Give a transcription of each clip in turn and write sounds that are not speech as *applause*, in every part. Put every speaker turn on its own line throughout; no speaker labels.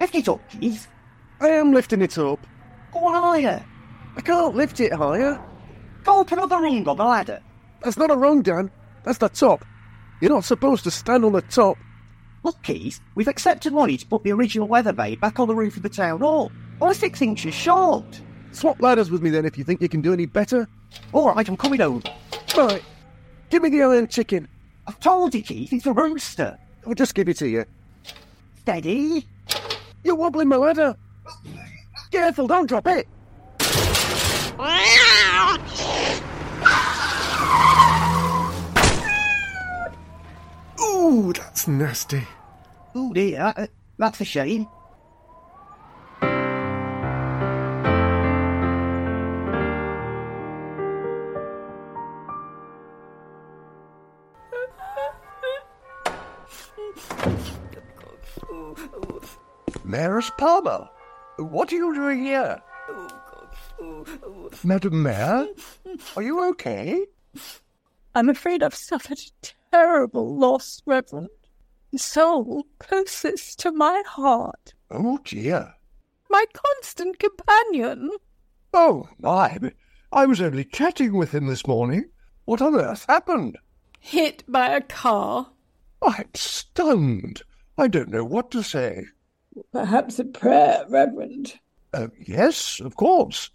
Lift it up, Keith. I am lifting it up.
Go on higher.
I can't lift it higher.
Go up another rung on the ladder.
That's not a rung, Dan. That's the top. You're not supposed to stand on the top.
Look, Keith, we've accepted money to put the original weather bay back on the roof of the town hall. Only six inches short.
Swap ladders with me then if you think you can do any better.
All right, I'm coming over.
Right. Give me the iron chicken.
I've told you, Keith, it's a rooster.
I'll just give it to you.
Steady.
You're wobbling my ladder. Careful, don't drop it.
Ooh, that's nasty.
Oh dear, uh, that's a shame.
Mayoress Palmer, what are you doing here? Madam Mayor, are you okay?
I'm afraid I've suffered a terrible loss, Reverend. The soul closest to my heart,
Oh dear.
my constant companion.
Oh my, but I was only chatting with him this morning. What on earth happened?
Hit by a car.
I'm stunned. I don't know what to say.
Perhaps a prayer, Reverend.
Uh, yes, of course.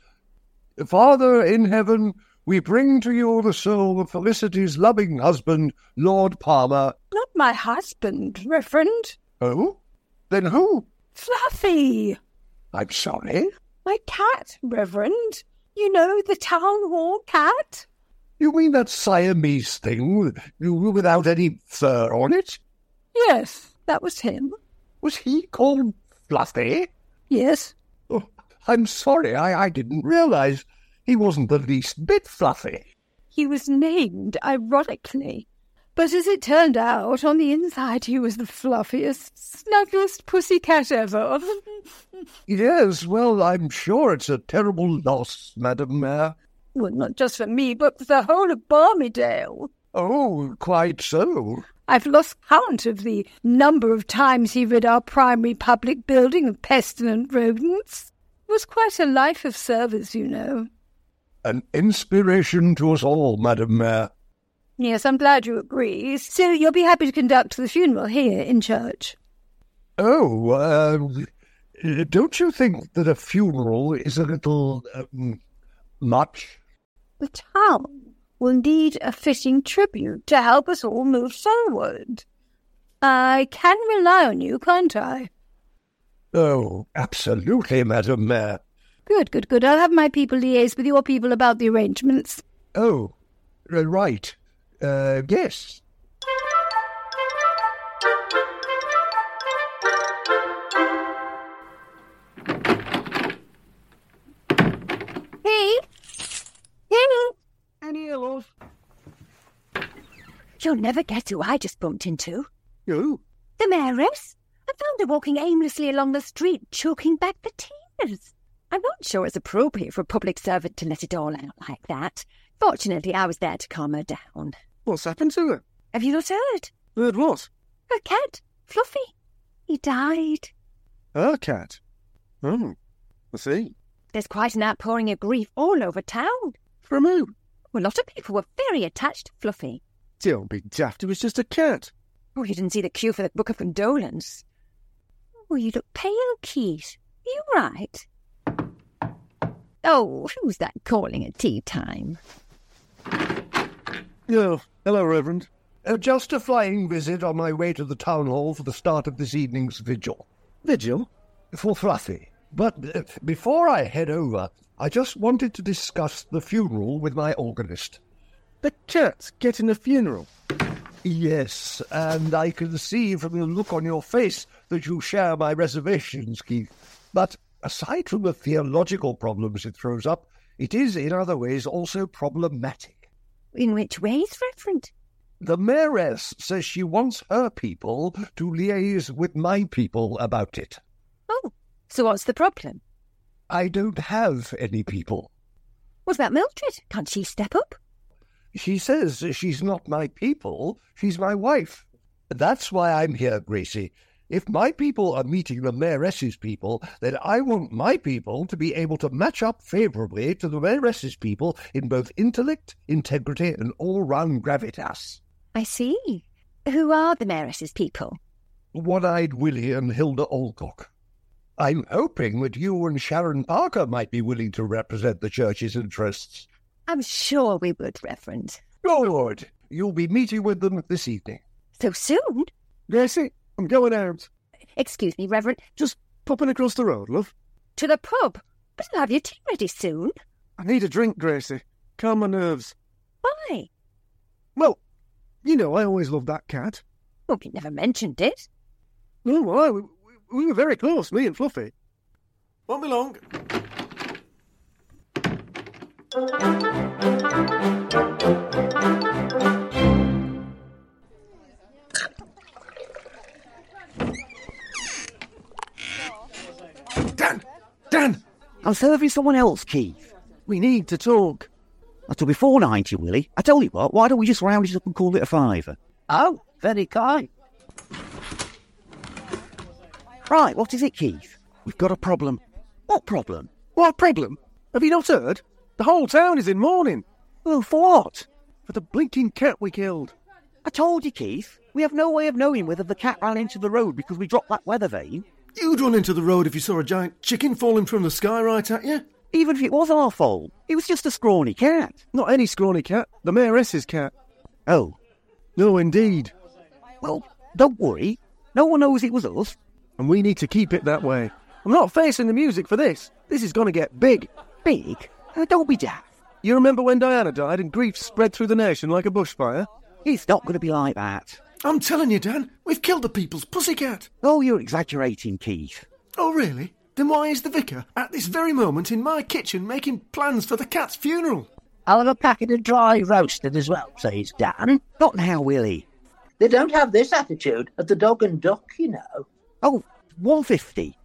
Father in heaven, we bring to you the soul of Felicity's loving husband, Lord Palmer.
Not my husband, Reverend.
Oh? Then who?
Fluffy.
I'm sorry.
My cat, Reverend. You know, the town hall cat?
You mean that Siamese thing without any fur on it?
Yes, that was him.
Was he called Fluffy?
Yes.
Oh, I'm sorry, I, I didn't realize he wasn't the least bit fluffy.
He was named ironically. But as it turned out, on the inside he was the fluffiest, snugglest pussy cat ever. *laughs*
Yes, well, I'm sure it's a terrible loss, Madam Mayor.
well, not just for me, but for the whole of Barmydale.
Oh, quite so.
I've lost count of the number of times he rid our primary public building of pestilent rodents. It was quite a life of service, you know.
An inspiration to us all, Madam Mayor.
Yes, I'm glad you agree. Still, you'll be happy to conduct the funeral here in church.
Oh, uh, don't you think that a funeral is a little um, much?
The town will need a fitting tribute to help us all move forward. I can rely on you, can't I?
Oh, absolutely, Madam Mayor.
Good, good, good. I'll have my people liaise with your people about the arrangements.
Oh, r- right. Uh, yes.
You'll never get who I just bumped into.
Who?
The mayoress. I found her walking aimlessly along the street, choking back the tears. I'm not sure it's appropriate for a public servant to let it all out like that. Fortunately, I was there to calm her down.
What's happened to her?
Have you not heard?
Heard what?
Her cat, Fluffy. He died.
Ah,
Her cat.
Hmm.
Oh, I see.
There's quite an outpouring of grief all over town.
From who?
A lot of people were very attached to Fluffy.
Don't be daft, it was just a cat.
Oh, you didn't see the cue for the book of condolence. Oh, you look pale, Keith. Are you right? Oh, who's that calling at tea time?
Oh, hello, Reverend. Uh, just a flying visit on my way to the town hall for the start of this evening's vigil.
Vigil?
For Fluffy. But uh, before I head over, I just wanted to discuss the funeral with my organist.
The cat's getting a funeral.
Yes, and I can see from the look on your face that you share my reservations, Keith. But aside from the theological problems it throws up, it is in other ways also problematic.
In which ways, Reverend?
The mayoress says she wants her people to liaise with my people about it.
Oh, so what's the problem?
I don't have any people.
What about Mildred? Can't she step up?
She says she's not my people, she's my wife. That's why I'm here, Gracie. If my people are meeting the mayoress's people, then I want my people to be able to match up favourably to the mayoress's people in both intellect, integrity, and all-round gravitas.
I see. Who are the mayoress's people?
One-eyed Willie and Hilda Alcock. I'm hoping that you and Sharon Parker might be willing to represent the church's interests.
I'm sure we would, Reverend.
Good. You'll be meeting with them this evening.
So soon?
Gracie, I'm going out.
Excuse me, Reverend.
Just popping across the road, love.
To the pub? But I'll have your tea ready soon.
I need a drink, Gracie. Calm my nerves.
Why?
Well, you know, I always loved that cat.
Well, we never mentioned it.
No, well, I, we, we were very close, me and Fluffy.
Won't be long.
Dan! Dan!
I'll serve you someone else, Keith.
We need to talk.
That'll be 490, Willie. I tell you what, why don't we just round it up and call it a fiver?
Oh, very kind.
Right, what is it, Keith?
We've got a problem.
What problem?
What problem? Have you not heard? The whole town is in mourning.
Well, for what?
For the blinking cat we killed.
I told you, Keith. We have no way of knowing whether the cat ran into the road because we dropped that weather vane.
You'd run into the road if you saw a giant chicken falling from the sky right at you.
Even if it was our fault. It was just a scrawny cat.
Not any scrawny cat. The mayoress's cat.
Oh.
No, indeed.
Well, don't worry. No one knows it was us.
And we need to keep it that way. I'm not facing the music for this. This is going to get big.
Big? Uh, don't be daft.
You remember when Diana died and grief spread through the nation like a bushfire?
It's not going to be like that.
I'm telling you, Dan, we've killed the people's pussycat.
Oh, you're exaggerating, Keith.
Oh, really? Then why is the vicar at this very moment in my kitchen making plans for the cat's funeral?
I'll have a packet of dry roasted as well, says Dan.
Not now, Willie.
They don't have this attitude at the dog and duck, you know.
Oh, 150.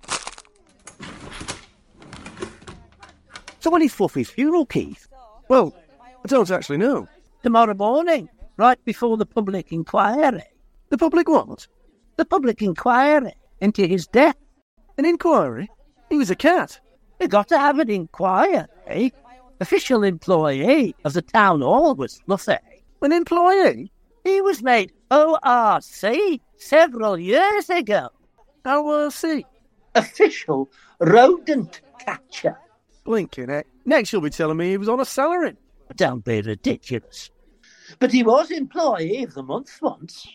So when is Fluffy's funeral, Keith?
Well, I don't actually know.
Tomorrow morning, right before the public inquiry.
The public what?
The public inquiry into his death.
An inquiry? He was a cat.
We got to have an inquiry. eh? Official employee of the town hall was Fluffy.
An employee?
He was made ORC several years ago.
ORC?
Official rodent catcher.
Blinking heck. Next you'll be telling me he was on a salary.
Don't be ridiculous. But he was employee of the month once.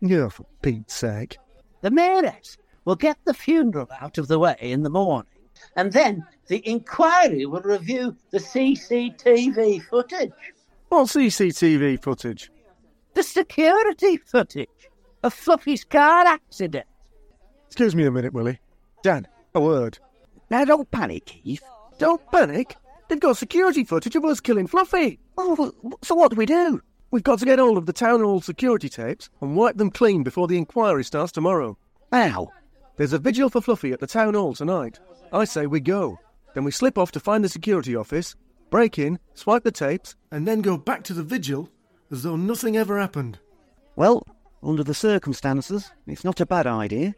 Yeah, for Pete's sake.
The mayoress will get the funeral out of the way in the morning.
And then the inquiry will review the CCTV footage.
What CCTV footage?
The security footage of Fluffy's car accident.
Excuse me a minute, Willie. Dan, a word.
Now don't panic, Keith.
Don't panic. They've got security footage of us killing Fluffy.
Oh, so what do we do?
We've got to get hold of the town hall security tapes and wipe them clean before the inquiry starts tomorrow.
How?
There's a vigil for Fluffy at the town hall tonight. I say we go. Then we slip off to find the security office, break in, swipe the tapes,
and then go back to the vigil as though nothing ever happened.
Well, under the circumstances, it's not a bad idea.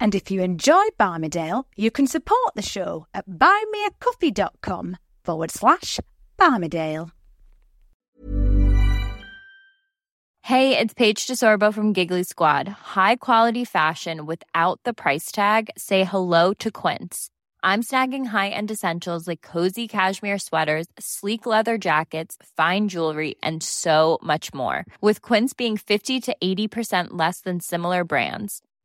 And if you enjoy Barmydale, you can support the show at buymeacoffee.com forward slash Barmydale.
Hey, it's Paige DeSorbo from Giggly Squad. High quality fashion without the price tag. Say hello to Quince. I'm snagging high-end essentials like cozy cashmere sweaters, sleek leather jackets, fine jewelry, and so much more. With Quince being 50 to 80% less than similar brands.